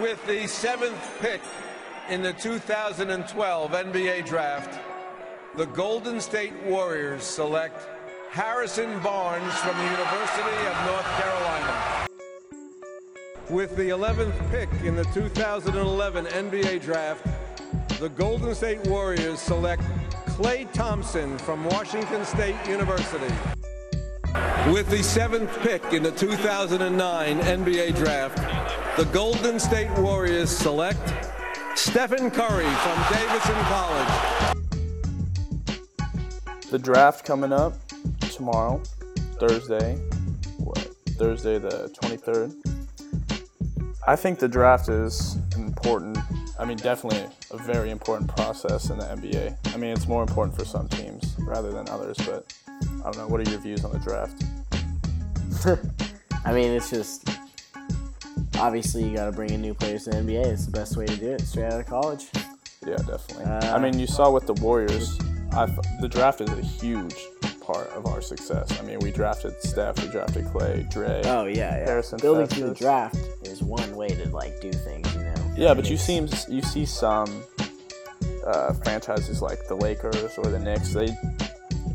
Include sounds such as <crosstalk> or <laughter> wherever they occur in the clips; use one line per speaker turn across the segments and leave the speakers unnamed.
with the seventh pick in the 2012 NBA Draft, the Golden State Warriors select Harrison Barnes from the University of North Carolina. With the 11th pick in the 2011 NBA Draft, the Golden State Warriors select Clay Thompson from Washington State University. With the seventh pick in the 2009 NBA Draft, the Golden State Warriors select Stephen Curry from Davidson College.
The draft coming up tomorrow, Thursday, what, Thursday the 23rd. I think the draft is important. I mean, definitely a very important process in the NBA. I mean, it's more important for some teams rather than others, but I don't know. What are your views on the draft?
I mean, it's just obviously you got to bring in new players to the NBA. It's the best way to do it, straight out of college.
Yeah, definitely. Uh, I mean, you saw with the Warriors, I've, the draft is a huge part of our success. I mean, we drafted Steph, we drafted Clay, Dre.
Oh yeah, yeah.
Harrison
Building
Festus.
through the draft is one way to like do things, you know.
Yeah, but you see, you see some uh, franchises like the Lakers or the Knicks. They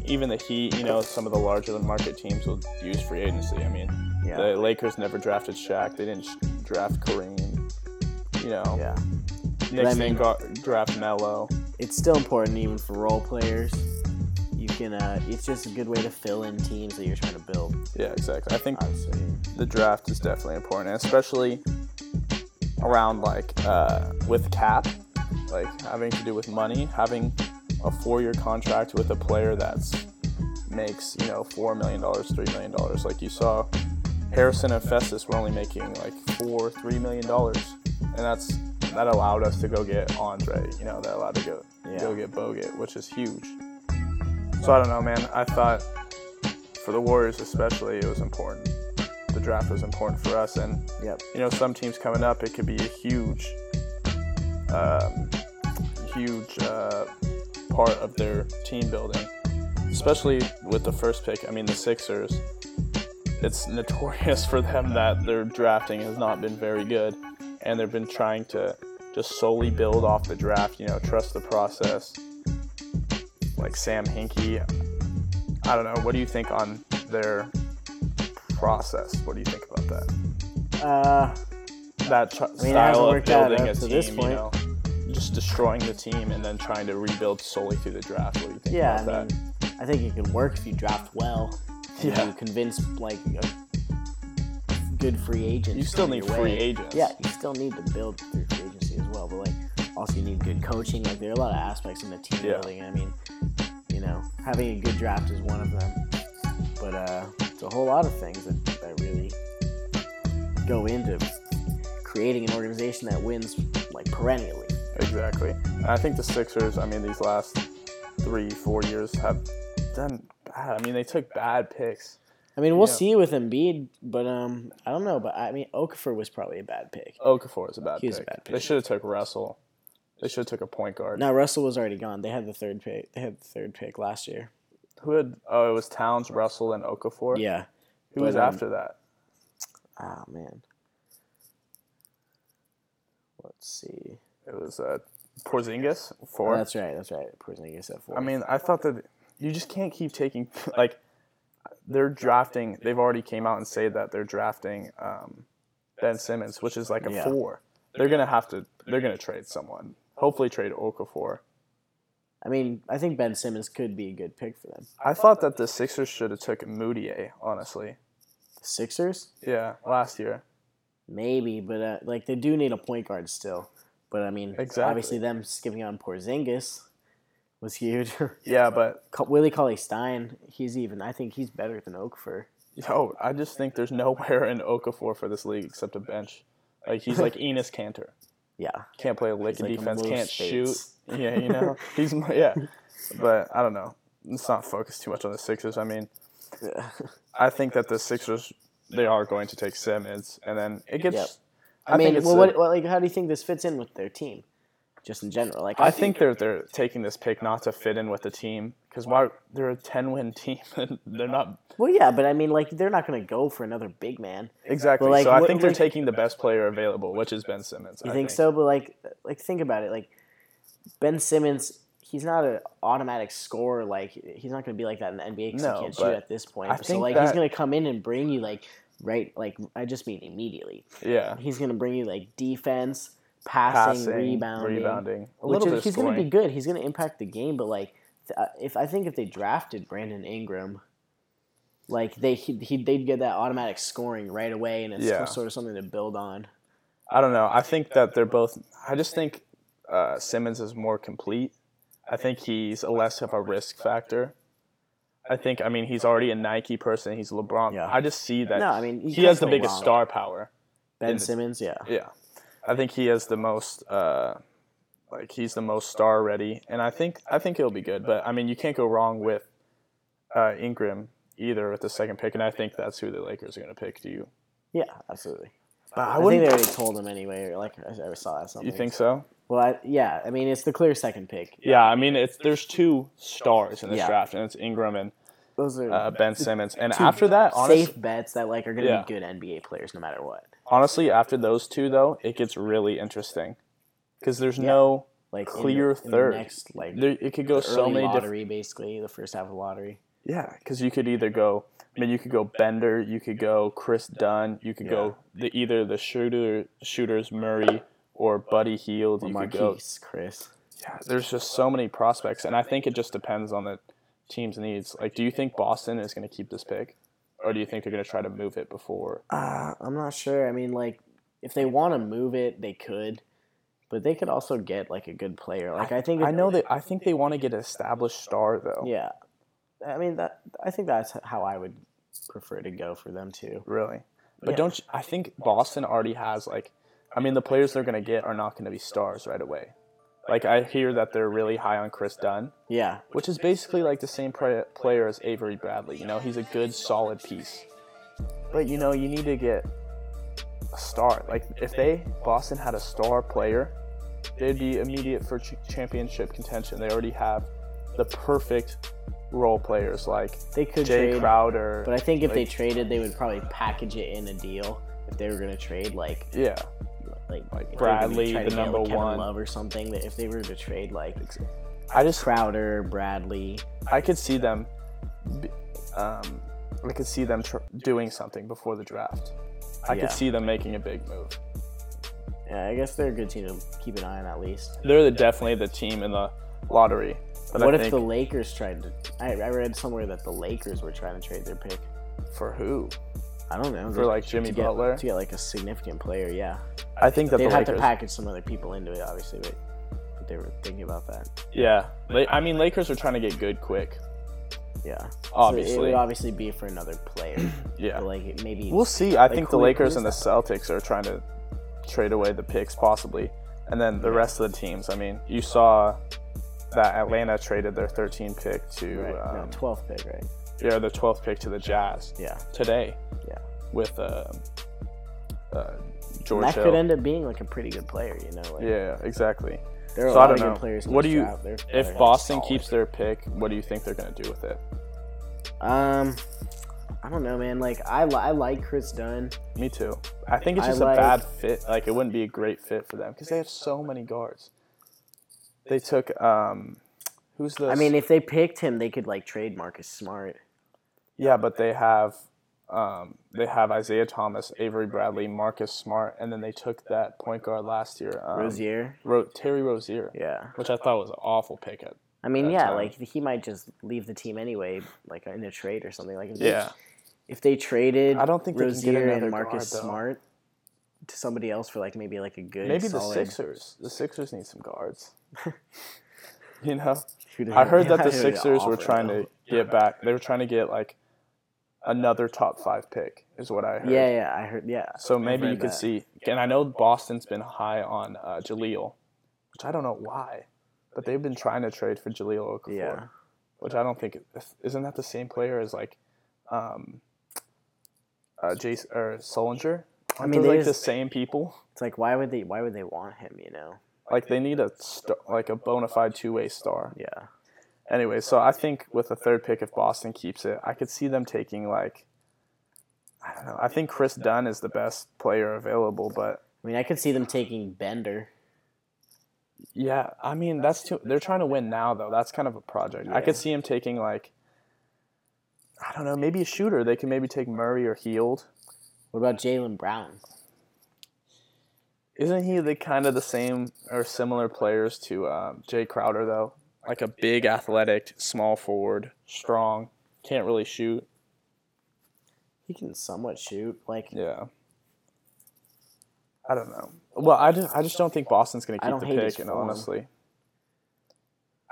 even the Heat, you know, some of the larger than market teams will use free agency. I mean, yeah. the Lakers never drafted Shaq. They didn't draft Kareem. You know.
Yeah.
Knicks I mean, didn't draft Melo.
It's still important even for role players. You can. Uh, it's just a good way to fill in teams that you're trying to build.
Yeah, exactly. I think Obviously. the draft is definitely important, especially around like uh, with cap, like having to do with money, having a four-year contract with a player that's makes you know four million dollars, three million dollars. Like you saw, Harrison and Festus were only making like four, three million dollars, and that's that allowed us to go get Andre. You know, that allowed to go yeah. go get Bogut, which is huge. So I don't know, man. I thought for the Warriors especially, it was important. The draft was important for us, and
yep.
you know, some teams coming up, it could be a huge, um, huge. Uh, part of their team building, especially with the first pick. I mean, the Sixers, it's notorious <laughs> for them that their drafting has not been very good, and they've been trying to just solely build off the draft, you know, trust the process. Like Sam Hinkie, I don't know. What do you think on their process? What do you think about that?
Uh,
that tr-
I mean,
style
of
building
a
team,
this point.
you know just destroying the team and then trying to rebuild solely through the draft. What do you think
yeah,
about
I mean, that? I think it can work if you draft well. And
Yeah.
You convince like a good free agent.
You still need free agents.
Yeah, you still need to build through free agency as well, but like also you need good coaching. Like there are a lot of aspects in the team
Yeah.
building. I mean, you know, having a good draft is one of them, but uh, it's a whole lot of things that, that really go into creating an organization that wins like perennially.
Exactly. And I think the Sixers, I mean, these last three, four years have done bad. I mean, they took bad picks.
I mean, we'll
Yeah.
see with Embiid, but um, I don't know. But I mean, Okafor was probably a bad pick.
Okafor is a bad
He
pick.
was a bad pick.
They should have took Russell. They should have took a point guard.
Now Russell was already gone. They had the third pick. They had the third pick last year.
Who had? Oh, it was Towns, Russell, and Okafor.
Yeah.
Who was
but, um,
after that?
Ah man. Let's see.
It was uh, Porzingis.
Oh,
Four.
that's right. That's right. Porzingis at four.
I mean, I thought that you just can't keep taking <laughs> like they're drafting. They've already came out and say that they're drafting um, Ben Simmons, which is like a
Yeah.
four. They're gonna have to. They're gonna trade someone. Hopefully, trade Okafor.
I mean, I think Ben Simmons could be a good pick for them.
I thought that the Sixers should have took Moutier. Honestly,
The Sixers,
yeah, last year.
maybe, but uh, like they do need a point guard still. But I mean,
Exactly.
obviously them skipping on Porzingis was huge. <laughs>
Yeah, but
Co- Willie Cauley Stein, he's even. I think he's better than Okafor.
yo, I just think there's nowhere <laughs> in Okafor for this league except a bench. Like he's <laughs> like Enos Cantor.
Yeah.
can't play a lick in
like
defense,
Lou
can't
States.
shoot. Yeah, you
<laughs>
know, he's yeah. But I don't know. Let's not focus too much on the Sixers. I mean, I think that the Sixers they are going to take Simmons, and then it gets.
Yep.
I,
I, mean,
think it's
well,
a-
what, what, like, how do you think this fits in with their team? just in general. Like
I think they're they're taking this pick not to fit in with the team because why they're a ten win team <laughs> and they're not
well, yeah, but I mean, like they're not going to go for another big man.
exactly.
But, like,
so I
what-
think they're
like-
taking the best player available, which is Ben Simmons.
You
I
think, so? But like, like think about it. Like Ben Simmons, he's not an automatic scorer. Like he's not going to be like that in the NBA because
No,
he can't shoot
but
at this point.
I
so
think
like he's
that-
going to come in and bring you like right. Like I just mean immediately.
Yeah,
He's going to bring you like defense, passing,
passing,
rebounding,
rebounding, a
which
little bit
is,
of
he's going to be
scoring.
good. He's going to impact the game. But like, th- uh, if I think if they drafted Brandon Ingram, like they he, he they'd get that automatic scoring right away, and it's
Yeah.
sort of something to build on.
I don't know. I think that they're both. I just think uh, Simmons is more complete. I think he's a less of a risk factor. I think. I mean, he's already a Nike person. He's LeBron.
Yeah.
I just see that.
No, I mean you
he
can't
has the
go
biggest
wrong.
star power.
Ben
in the-
Simmons, yeah.
Yeah, I think he has the most. Uh, like he's the most star ready, and I think I think he'll be good. But I mean, you can't go wrong with uh, Ingram either with the second pick, and I think that's who the Lakers are going to pick. Do you?
Yeah, absolutely.
But
I, think they already told him anyway. Or like I, I saw that something.
You think so?
Well, I, yeah. I mean, it's the clear second pick.
Yeah, I mean, it's there's two stars in this
Yeah.
draft, and it's Ingram and
Those are
uh, Ben Simmons. And after that, honestly,
safe bets that like are going to
Yeah.
be good NBA players no matter what.
honestly, after those two though, it gets really interesting because there's no
Like in the-
clear
in the
third.
next like
there, it could go so
early
many different.
lottery, basically the first half of lottery.
Yeah, because you could either go. I mean, you could go Bender, you could go Chris Dunn, you could go the either the shooter shooters Murray or Buddy Heald. You could go.
Marquise, Chris.
Yeah, there's just so many prospects, and I think it just depends on the team's needs. Like, do you think Boston is going to keep this pick, or do you think they're going to try to move it before?
Uh, I'm not sure. I mean, like if they want to move it, they could, but they could also get like a good player. Like I, think
I
if-
know that I think they want to get an established star though.
Yeah, I mean that. I think that's how I would prefer to go for them too.
Really. But
Yeah.
don't you, I think Boston already has like I mean the players they're going to get are not going to be stars right away. Like I hear that they're really high on Chris Dunn,
Yeah,
which is basically like the same pra- player as Avery Bradley, you know, he's a good solid piece. But you know, you need to get a star. Like if they Boston had a star player, they'd be immediate for ch- championship contention. They already have the perfect role players like
they could
Jay
trade,
Crowder.
but I think if they
like-
traded, they would probably package it in a deal if they were going to trade like
yeah.
like, if they were gonna
Bradley,
try to
the
get, like,
number
Kevin
one.
Love or something. That if they were to trade like
I just
Crowder, Bradley,
I could see them, b- um, I could see them tr- doing something before the draft. I
Yeah.
could see them making a big move.
yeah, I guess they're a good team to keep an eye on at least.
They're the, definitely the team in the lottery. But
what
I
if
think
the Lakers tried to? I, I read somewhere that the Lakers were trying to trade their pick.
for who?
I don't know
For like Jimmy
to get,
Butler?
to get like a significant player. Yeah,
I think that
they'd
the
have
Lakers.
to package some other people into it, obviously, but, but they were thinking about that.
Yeah, La- I mean Lakers are trying to get good quick.
Yeah, so it
Obviously.
would obviously be for another player,
<clears throat> Yeah,
but like it maybe
we'll see. I think the
who-
Lakers
who's
and the Celtics are trying to trade away the picks possibly, and then the rest of the teams. I mean, you saw that Atlanta traded their 13 pick to
right, no,
um,
twelfth pick, right?
yeah the 12th pick to the Jazz.
Yeah,
today.
Yeah.
With uh, uh,
And
George
that
Hill.
could end up being like a pretty good player, you know? Like,
yeah, exactly.
there are a
So I
lot of
don't
good
know.
players. in
What
this
do you-
draft. They're-
If
they're
Boston
solid.
keeps their pick, what do you think they're going to do with it?
um, I don't know, man. Like I, li- I like Chris Dunn.
Me too. I think it's
I
just
like-
a bad fit. Like it wouldn't be a great fit for them because they have so many guards. They took um, who's the?
I mean, if they picked him, they could like trade Marcus Smart.
yeah, but they have um, they have Isaiah Thomas, Avery Bradley, Marcus Smart, and then they took that point guard last year, um,
Rozier.
Ro- Terry Rozier,
Yeah.
which I thought was an awful pick. At,
I mean,
that
yeah,
time.
like he might just leave the team anyway, like in a trade or something. Like if
yeah.
they, if they traded,
I don't think they can get
Rozier
another
and Marcus
guard, though.
Smart to somebody else for like maybe like a good
Maybe
solid-
the Sixers. The Sixers need some guards. <laughs> you know,
Who did-
I heard that
<laughs> who
the
did
Sixers were
offer,
trying
though?
to get back. They were trying to get like another top five pick, is what I heard.
Yeah, yeah, I heard. Yeah,
So
I've
maybe
read
you could
that.
see. And I know Boston's been high on uh, Jaleel, which I don't know why, but they've been trying to trade for Jaleel Okafor,
Yeah,
which I don't think isn't that the same player as like, um, uh, Jason or Solinger.
I
Aren't
mean,
those,
they
like the
just-
same people.
it's like why would they? Why would they want him? You know,
Like they need a st- like a bona fide two way star.
Yeah.
Anyway, so I think with the third pick, if Boston keeps it, I could see them taking like I don't know. I think Chris Dunn is the best player available, but
I mean, I could see them taking Bender.
yeah, I mean that's too. They're trying to win now though. That's kind of a project. I could see him taking like I don't know, maybe a shooter. They can maybe take Murray or Heald.
What about Jalen Brown?
Isn't he the kind of the same or similar players to um, Jay Crowder though? Like a big, athletic, small forward, strong, can't really shoot.
He can somewhat shoot. Like
Yeah. I don't know. Well, I just, I just don't think Boston's going to
I
keep
don't
the
hate his
pick, and
form.
honestly,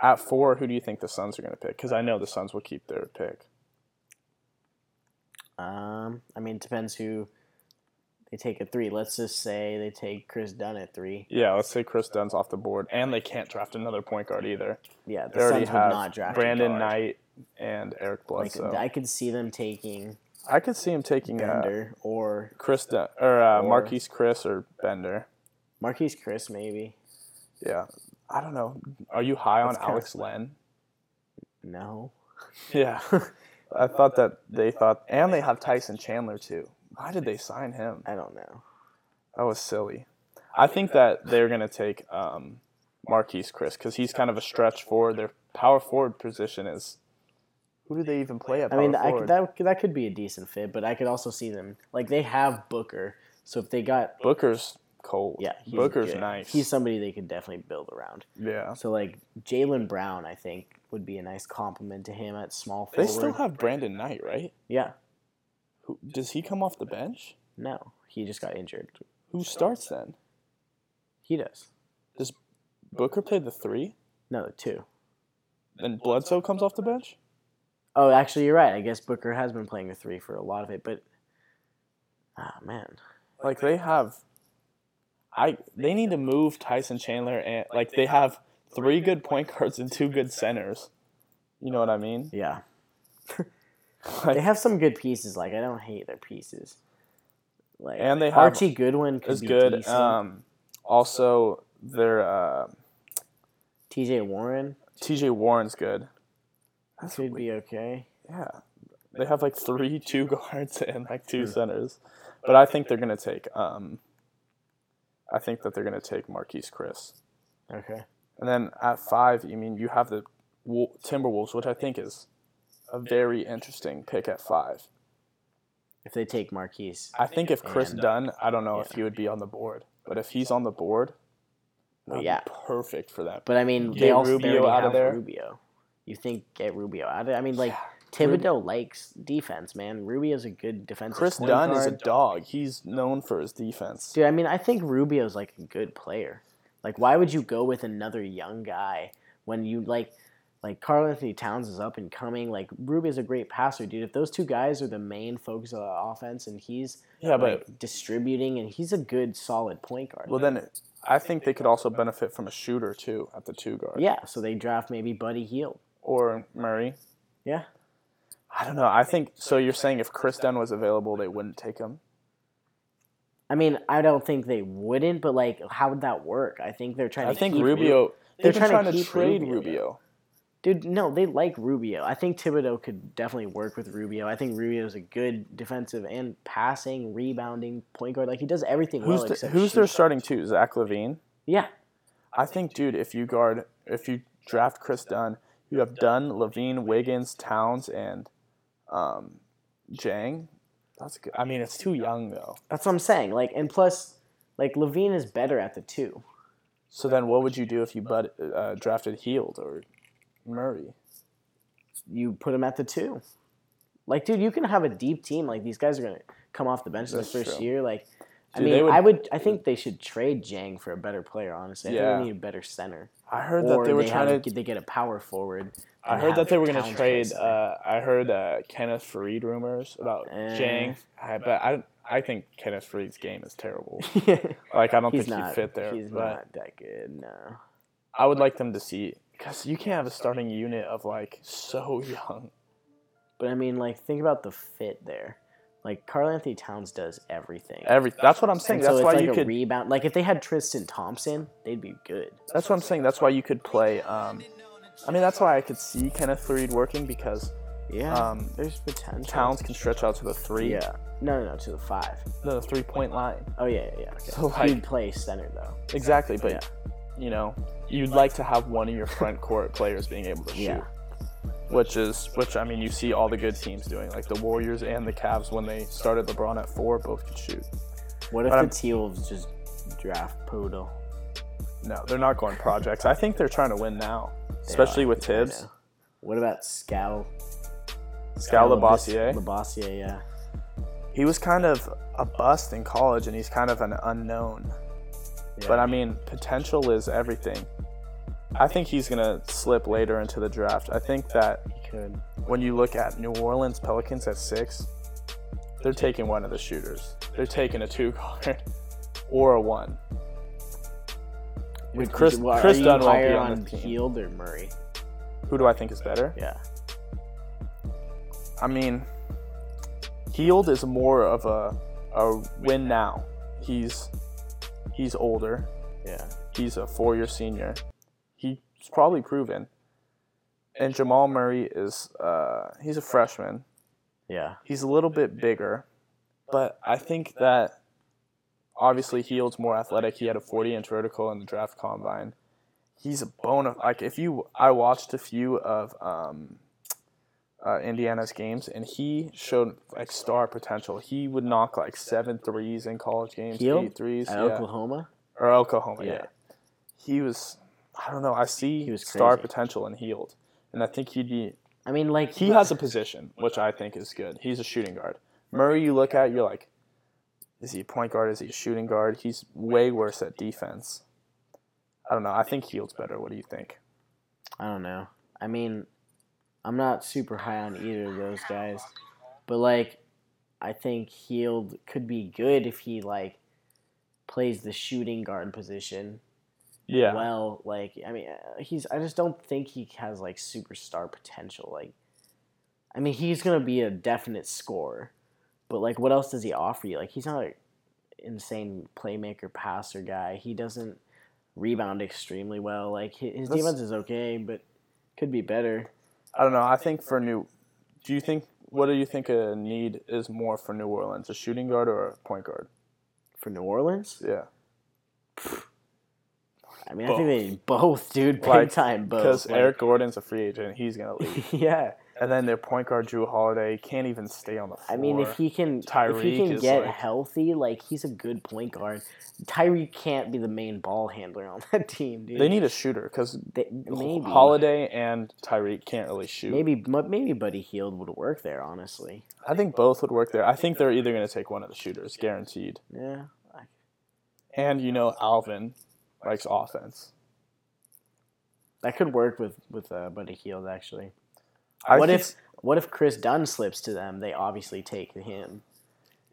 at four, who do you think the Suns are going to pick? Because I know the Suns will keep their pick.
Um, I mean, it depends who they take at three. Let's just say they take Chris Dunn at three.
Yeah, let's say Chris Dunn's off the board, and they can't draft another point guard either.
Yeah, the
They already
Suns would not
have
draft
Brandon
a guard.
Knight and Eric
Like,
Bledsoe.
I could see them taking
I, could see him taking uh,
Bender or
Chris Dunn, or uh, Marquise Chris or Bender.
Marquise Chris, maybe.
Yeah, I don't know. Are you high on
That's kinda
Alex Len?
No,
Yeah. <laughs> I thought that they thought, and they have Tyson Chandler too. Why did they sign him?
I don't know.
That was silly. I think that they're going to take um, Marquise Chris because he's kind of a stretch forward. Their power forward position is. Who do they even play at
I
power
mean, I
forward?
could, that that could be a decent fit, but I could also see them like they have Booker. So if they got
Booker's cold.
yeah, he's
Booker's
good.
nice.
He's somebody they could definitely build around.
yeah.
So like Jalen Brown, I think would be a nice compliment to him at small
They
forward.
still have Brandon Knight, right?
yeah.
Who, does he come off the bench?
No, he just got injured.
Who starts then?
He does.
Does Booker play the three?
No, two.
Then Bledsoe comes off the bench?
Oh, actually, you're right. I guess Booker has been playing the three for a lot of it, but ah, man,
like they have I they need to move Tyson Chandler and like they have three good point guards and two good centers. You know what I mean?
yeah, <laughs> they
Like,
have some good pieces. Like I don't hate their pieces. Like
And they have-
Archie Goodwin could
it's
be
good.
decent.
Um also their uh
T.J. Warren
TJ Warren's good. That's
could
weird.
be okay.
Yeah. They have like three <laughs> two guards and like two centers. But I think they're gonna take um I think that they're gonna take Marquise Chris.
Okay,
And then at five, you mean you have the Wol- Timberwolves, which I think is a very interesting pick at five.
if they take Marquise,
I think if Chris
And, uh,
Dunn, I don't know if
yeah.
he would be on the board, but if he's on the board, that'd
yeah.
be perfect for that.
but I mean
Get
they also they
Rubio
already
out of
have
there.
Rubio. You think get Rubio out? of I mean, like Thibodeau likes defense, man. Rubio's a good defensive.
Chris
point
Dunn is a
guard.
dog. He's known for his defense.
Dude, I mean, I think Rubio's like a good player. Like, why would you go with another young guy when you like, like Carl Anthony Towns is up and coming. Like Rubio's a great passer, dude. If those two guys are the main focus of the offense and he's
Yeah, but
like, distributing and he's a good solid point guard.
well, then it- I think they could also benefit from a shooter too at the two guard
yeah, so they draft maybe Buddy Heald.
or Murray.
Yeah,
I don't know. I think so. You're saying if Chris Dunn was available, they wouldn't take him.
I mean, I don't think they wouldn't, but like, how would that work? I think they're trying.
I
to
think
keep
Rubio. They're
They're
trying,
trying to
to
keep
trade
Rubio, though.
Rubio.
Dude, no, they like Rubio. I think Thibodeau could definitely work with Rubio. I think Rubio's a good defensive and passing, rebounding point guard. Like he does everything
Who's
well
the,
except
who's their
shoot.
starting two? Zach Levine.
Yeah,
I think, dude, if you guard, if you draft Chris Dunn, you have Dunn, Levine, Wiggins, Towns, and um, Jang. That's good. I mean, it's too young though.
that's what I'm saying. Like and plus, like Levine is better at the two.
So then, what would you do if you but uh, drafted Heald or Murray?
You put him at the two. Like, dude, you can have a deep team. Like these guys are gonna come off the bench
That's
the first
true.
year. Like, I
Dude, they
mean,
would-
I would. I think they should trade Jang for a better player. Honestly, I
Yeah.
think they need a better center.
I heard
Or
that they were
have-
trying to.
they get a power forward.
I
and
heard
have
that they were going to
Towns
trade.
place there.
Uh, I heard uh, Kenneth Farid rumors about
Eh.
Jang, I, but I I think Kenneth Farid's game is terrible.
<laughs>
Like I don't
he's
think
not
he'd fit there.
He's
but-
not that good. No.
I would like them to see because you can't have a starting unit of like so young.
But I mean, like, think about the fit there. Like Carl Anthony Towns does everything.
Every that's what I'm saying.
And so
That's
it's
why
like
you
a
could.
rebound. Like if they had Tristan Thompson, they'd be good.
That's what I'm saying. That's why you could play. Um, I mean, that's why I could see Kenneth Faried working because
Yeah,
Um,
there's potential.
Towns can stretch out to the three,
Yeah. No, no, no, to the five.
the three point line.
Oh yeah, yeah, yeah. Okay.
So, like-
He'd play center though.
Exactly, but you know, you'd like to have one of your front court players being able to shoot,
Yeah.
which is which I mean, you see all the good teams doing, like the Warriors and the Cavs when they started LeBron at four, both could shoot.
What if
But
the
I'm-
T Wolves just draft Poodle?
No, they're not going projects. I think they're trying to win now, especially with
I
Tibbs,
know. What about Scal?
Scal Labossiere.
Labossier? Labossier, yeah.
He was kind of a bust in college, and he's kind of an unknown. But I mean, potential is everything. I think he's gonna slip later into the draft. I think that
He could.
when you look at New Orleans Pelicans at six, they're taking one of the shooters. They're taking a two guard <laughs> or a one.
Would
Chris-
you- well,
Chris
are you
Dunn won't
higher
be on
on
this team.
Heald or Murray?
Who do I think is better?
Yeah.
I mean, Heald is more of a a win now. He's he's older.
Yeah.
He's a four year senior. He's probably proven. And Jamal Murray is uh, he's a freshman.
Yeah.
He's a little bit bigger, but I think that obviously Heald's more athletic. He had a 40 inch vertical in the draft combine. He's a bona like if you I watched a few of um, uh, Indiana's games and he showed like star potential. He would knock like seven threes in college games,
Heald?
eight threes,
At
yeah.
Oklahoma?
or Oklahoma. Yeah.
Yeah.
he was. I don't know. I see
He was
star
crazy.
potential in Heald, and I think he'd be
I mean, like
he has a position, which I think is good. He's a shooting guard. Murray, you look at, you're like, is he a point guard? Is he a shooting guard? He's way worse at defense. I don't know. I think Heald's better. What do you think?
I don't know. I mean, I'm not super high on either of those guys, but like, I think Heald could be good if he like plays the shooting guard position
Yeah.
well. Like, I mean, uh, he's. I just don't think he has like superstar potential. Like, I mean, he's gonna be a definite scorer, but like, what else does he offer you? Like, he's not an insane playmaker, passer guy. He doesn't rebound extremely well. Like, hi- his
That's-
defense is okay, but could be better.
I don't know. I think for New, do you think what do you think a need is more for New Orleans, a shooting guard or a point guard?
For New Orleans,
Yeah.
I mean, I think they need both, dude, big time both.
Because
Like,
Eric Gordon's a free agent, he's gonna leave.
<laughs> yeah,
and then their point guard Drew Holiday can't even stay on the floor.
I mean, if he can, if
Tyreek
he can
is
get
like-
healthy, like he's a good point guard. Tyreek can't be the main ball handler on that team, dude.
they need a shooter because
They- maybe
Holiday and Tyreek can't really shoot.
maybe mu- maybe Buddy Heald would work there. Honestly,
I think both would work there. I think they're either going to take one of the shooters, guaranteed.
yeah,
And you know, Alvin likes offense.
that could work with with uh, Buddy Heald actually.
I
what
think-
if what if Chris Dunn slips to them? They obviously take him.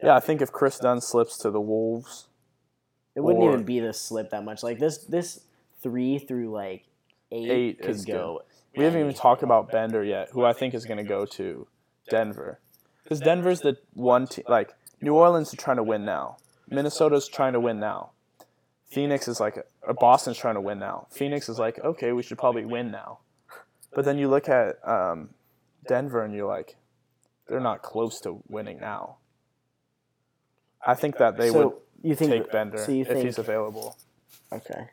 Yeah, I think if Chris Dunn slips to the Wolves,
It wouldn't
Or-
even be the slip that much. Like this this three through like eight,
Eight is good.
could go.
we haven't even talked about Bender yet, who I think is going to go to Denver, because Denver's the one team. Like New Orleans are trying to win now. Minnesota's trying to win now. Phoenix is like, or Boston's trying to win now. Phoenix is like, okay, we should probably win now. But then you look at um, Denver and you're like, they're not close to winning now. I think that they
so you
would
think
take Bender
So you
if
think
he's available.
okay?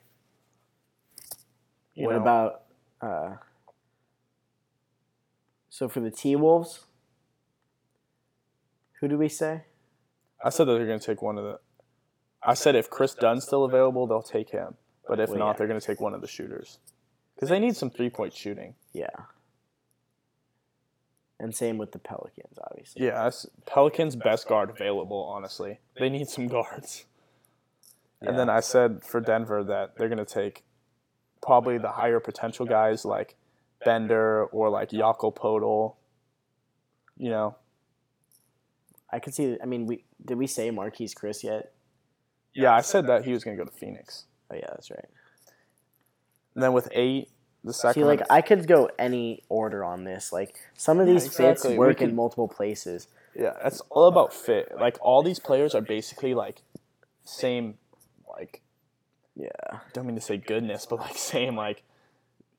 you
what
know.
about uh? So for the T Wolves, who do we say?
I said that they're going to take one of the. I said if Chris Dunn's still available, they'll take him. But if
Well,
not,
yeah.
they're going to take one of the shooters because they need some three-point shooting.
Yeah. And same with the Pelicans, obviously.
Yeah, that's Pelicans' best guard available. Honestly, they need some guards. And then I said for Denver that they're going to take probably the higher potential guys like Bender or like Jakob Podol. You know,
I could see. I mean, we did we say Marquise Chris yet?
yeah, I said that he was going to go to Phoenix.
Oh yeah, that's right.
And then with eight, the second.
See, like I could go any order on this. Like some of these fits
exactly. We
work
could-
in multiple places.
Yeah, it's all about fit. Like all these players are basically like same, like
Yeah.
don't mean to say goodness, but like <laughs> same like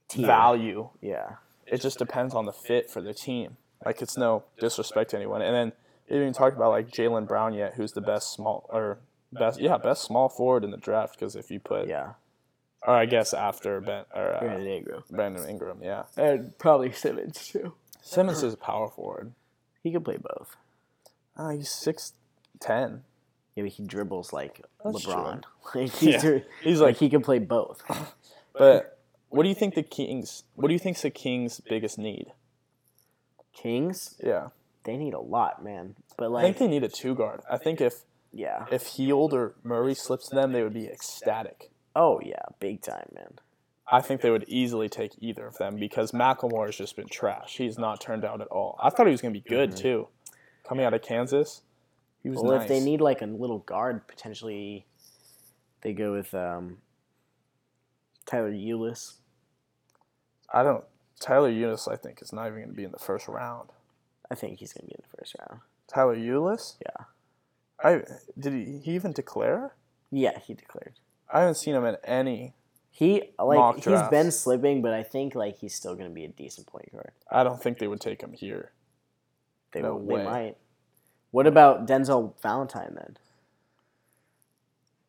Tier.
value.
Yeah.
It just depends on the fit for the team. Like it's no disrespect to anyone. And then we haven't even talked about like Jalen Brown yet, who's the best small or best yeah best small forward in the draft. Because if you put
Yeah.
or I guess after Ben or uh,
Brandon Ingram.
Brandon Ingram, yeah,
And probably Simmons too.
Simmons is a power forward.
He can play both.
Uh, he's six ten.
Maybe he dribbles like
That's
LeBron. <laughs> Like he's,
Yeah. He's
he's
like-
like, he can play both.
But what do you think the Kings? What do you think's the Kings' biggest need?
Kings,
Yeah,
they need a lot, man. But
I
like
think they need a two guard. I think if
yeah.
if Heald or Murray slips to them, they would be ecstatic.
Oh yeah, big time, man.
I think they would easily take either of them because Macklemore has just been trash. He's not turned out at all. I thought he was going to be good too, coming out of Kansas. He was
Well,
nice.
if they need like a little guard, potentially they go with um, Tyler Eulis.
I don't. Tyler Ulis, I think, is not even going to be in the first round.
I think he's gonna be in the first round.
Tyler Ulis?
Yeah.
I did he, he even declare?
Yeah, he declared.
I haven't seen him in any.
He like
Mock
he's
drafts.
been slipping, but I think like he's still gonna be a decent point guard.
I don't think they would take him here.
They,
No
will-
way.
they might. What about Denzel Valentine then?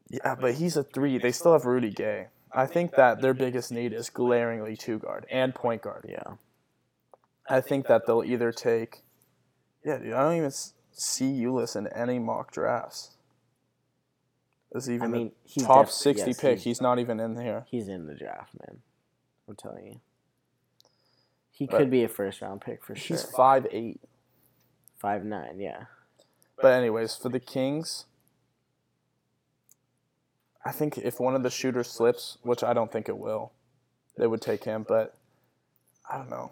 Yeah, but he's a three. They still have Rudy Gay. I think that their biggest need is glaringly two guard and point guard.
Yeah.
I think that they'll either take. Yeah, dude, I don't even s- see Ulyss in any mock drafts. Is even
mean,
the
he's
top
def-
sixty
yes,
pick?
he's-
He's not even in here.
He's in the draft, man. I'm telling you. He
But-
could be a first round pick for sure.
He's five eight.
Five nine, yeah.
But anyways, for the Kings, I think if one of the shooters slips, which I don't think it will, they would take him. But I don't know.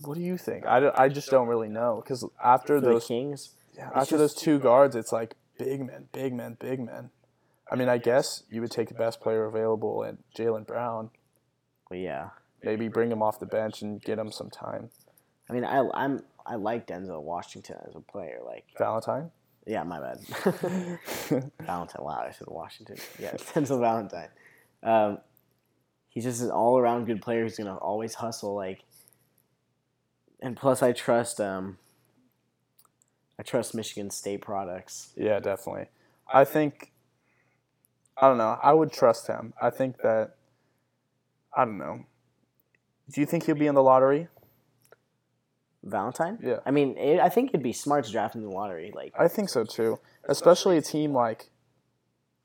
What do you think? I, don't- I just don't really know because after
For the
those
Kings,
yeah, after those two guards, it's like big men, big men, big men. I mean, I guess you would take the best player available and Jalen Brown,
well, yeah.
maybe bring him off the bench and get him some time.
I mean, I I'm I like Denzel Washington as a player. Like,
Valentine.
yeah, my bad.
<laughs>
Valentine. Wow, I said Washington. Yeah, <laughs> Denzel Valentine. Um, he's just an all around good player who's gonna always hustle. Like, and plus, I trust um, I trust Michigan State products.
Yeah, definitely. I think I don't know. I would trust him. I think that I don't know. Do you think he'll be in the lottery?
Valentine.
Yeah.
I mean, it, I think it'd be smart to draft in the lottery. Like,
I think so too. Especially a team like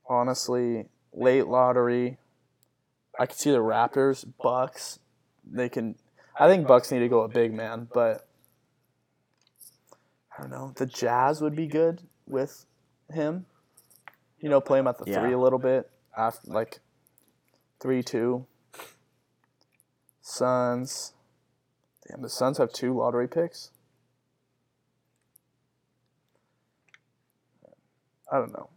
honestly late lottery. I could see the Raptors, Bucks. They can. I think Bucks need to go a big man, but I don't know. The Jazz would be good with him. You know, play him at the
Yeah.
three a little bit after like three two. Suns. Damn, the Suns have two lottery picks. I don't know.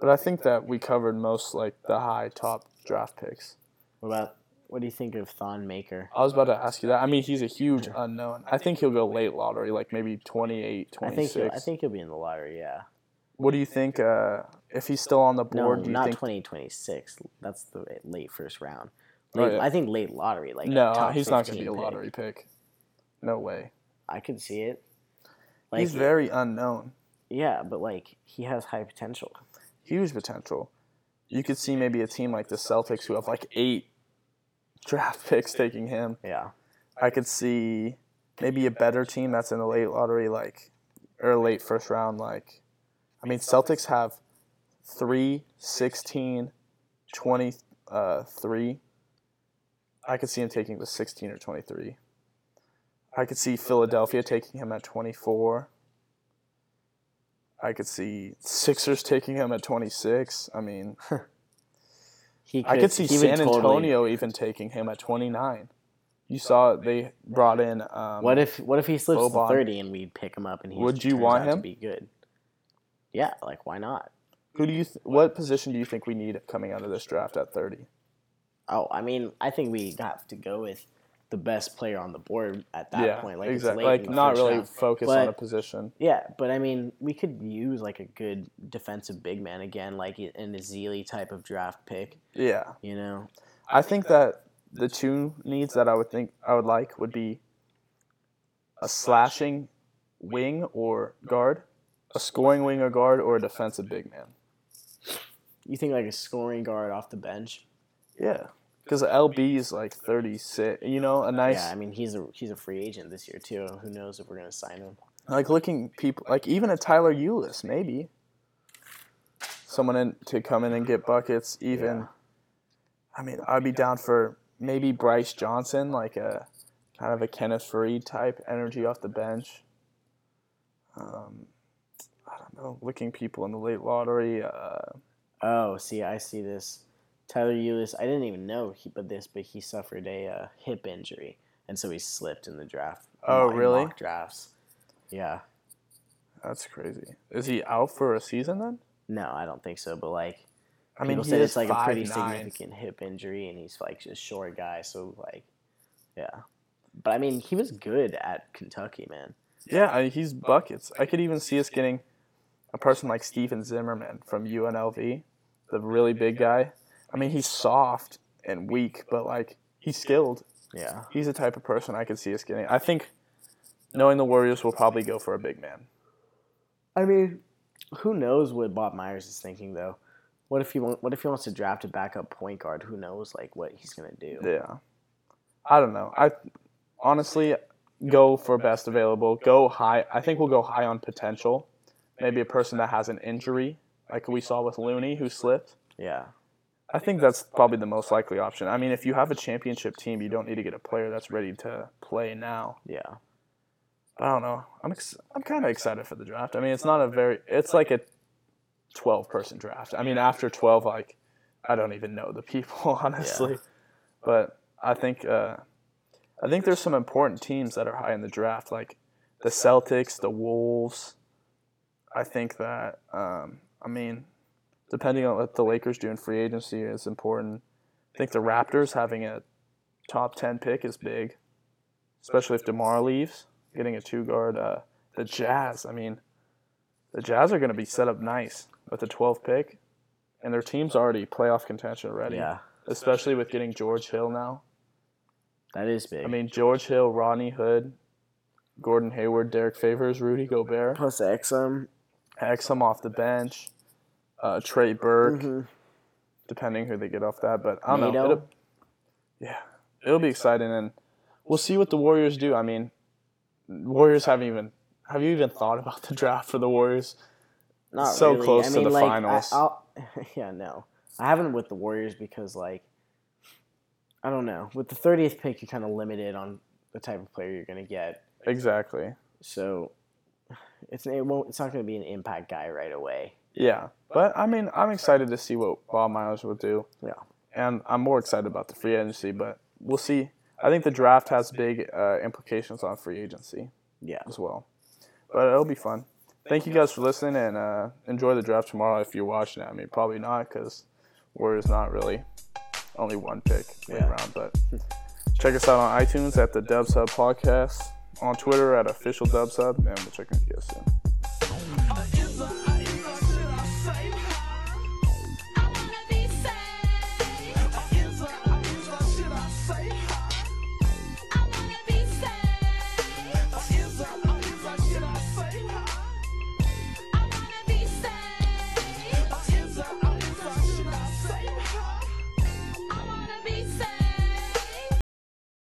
But I think that we covered most like the high top draft picks.
what about what do you think of Thon Maker?
I was about to ask you that. I mean, he's a huge unknown. I think he'll go late lottery, like maybe 28,
I think
26.
he'll, I think he'll be in the lottery. Yeah.
What do you think? Uh, if he's still on the
No,
board, do you
not
think?
twenty twenty six. That's the late first round.
Oh,
Late-
yeah.
I think late lottery. Like
no, uh,
top
he's not going to
15
be a
pick.
lottery pick. No way.
I could see it. Like
He's very unknown.
yeah, but like he has high potential.
Huge potential. You could see maybe a team like the Celtics who have like eight draft <laughs> picks taking him.
Yeah,
I could see maybe a better team that's in the late lottery, like or late first round. Like, I mean, Celtics have 3, 16, 20, uh, 3. I could see him taking the 16 or 23. I could see Philadelphia taking him at 24. I could see Sixers taking him at 26. I mean, <laughs>
he. Could,
I could see
he would
San
totally-
Antonio even taking him at 29. You saw they brought in. Um,
What if what if he slips to
Boban.
thirty and we pick him up and he
Would you
turns
want
out to
him?
be good? Yeah, like why not?
Who do you? Th- what position do you think we need coming out of this draft at 30?
Oh, I mean, I think we have to go with the best player on the board at that
yeah,
point. Like
exactly.
it's late in
like
the
not
first
really
round.
focus
But-
on a position.
Yeah, but I mean, we could use like a good defensive big man again, like an Azili type of draft pick.
Yeah,
You know,
I think that the two needs that I would think I would like would be a slashing wing or guard, a scoring wing or guard, or a defensive big man.
you think like a scoring guard off the bench?
Yeah, because LB is like 36. You know, a nice
Yeah, I mean he's a he's a free agent this year too. Who knows if we're gonna sign him?
like looking people like even a Tyler Eulis maybe. Someone in to come in and get buckets even.
Yeah.
I mean, I'd be down for maybe Bryce Johnson, like a kind of a Kenneth Fareed type energy off the bench. Um, I don't know, looking people in the late lottery. Uh,
Oh, see, I see this. Tyler Eulis, I didn't even know he but this, but he suffered a uh, hip injury, and so he slipped in the draft.
Oh,
in
really?
mock drafts. Yeah.
that's crazy. Is he out for a season then?
No, I don't think so. But like,
I mean,
people
he
said
is
it's like a pretty
5'9".
significant hip injury, and he's like a short guy, so like, yeah. But I mean, he was good at Kentucky, man.
Yeah, I, he's buckets. I could even see us getting a person like Steven Zimmerman from UNLV, the really big guy. I mean, he's soft and weak, but like he's skilled.
Yeah.
He's the type of person I could see us getting. I think knowing the Warriors will probably go for a big man.
I mean, who knows what Bob Myers is thinking though? What if he want, What if he wants to draft a backup point guard? Who knows like what he's gonna do?
Yeah. I don't know. I honestly go for best available. Go high. I think we'll go high on potential. Maybe a person that has an injury, like we saw with Looney who slipped.
Yeah.
I think that's probably the most likely option. I mean, if you have a championship team, you don't need to get a player that's ready to play now.
Yeah.
But I don't know. I'm ex- I'm kind of excited for the draft. I mean, it's not a very it's like a 12 person draft. I mean, after 12 like I don't even know the people <laughs> honestly. But I think uh I think there's some important teams that are high in the draft like the Celtics, the Wolves. I think that um I mean, depending on what the Lakers do in free agency is important. I think the Raptors having a top 10 pick is big, especially if DeMar leaves getting a two guard. Uh, the Jazz, I mean, the Jazz are going to be set up nice with the 12th pick, and their team's already playoff contention already.
Yeah.
Especially with getting George Hill now.
That is big.
I mean, George Hill, Rodney Hood, Gordon Hayward, Derek Favors, Rudy Gobert,
plus Exum.
Exum off the bench, uh, Trey Burke,
Mhm.
depending who they get off that. But I don't know.
Nato.
It'll- Yeah, it'll be exciting, and we'll see what the Warriors do. I mean, Warriors haven't even. Have you even thought about the draft for the Warriors?
Not
so
really.
close
I
to
mean,
the
like, I-
finals.
I'll- <laughs> yeah, no, I haven't with the Warriors because like I don't know. With the thirtieth pick, you're kind of limited on the type of player you're gonna get.
Exactly.
So <sighs> it's it won't, it's not gonna be an impact guy right away.
Yeah, but I mean, I'm excited to see what Bob Myers will do,
Yeah,
and I'm more excited about the free agency. But we'll see. I think the draft has big uh, implications on free agency
yeah.
as well, but it'll be fun. Thank you guys for listening, and uh, enjoy the draft tomorrow if you're watching it. I mean, probably not because Warriors not really only one pick late
Yeah.
round, but check us out on iTunes at the Dub Sub Podcast, on Twitter at official Dub Sub, and we'll check in with you guys soon.
Forever I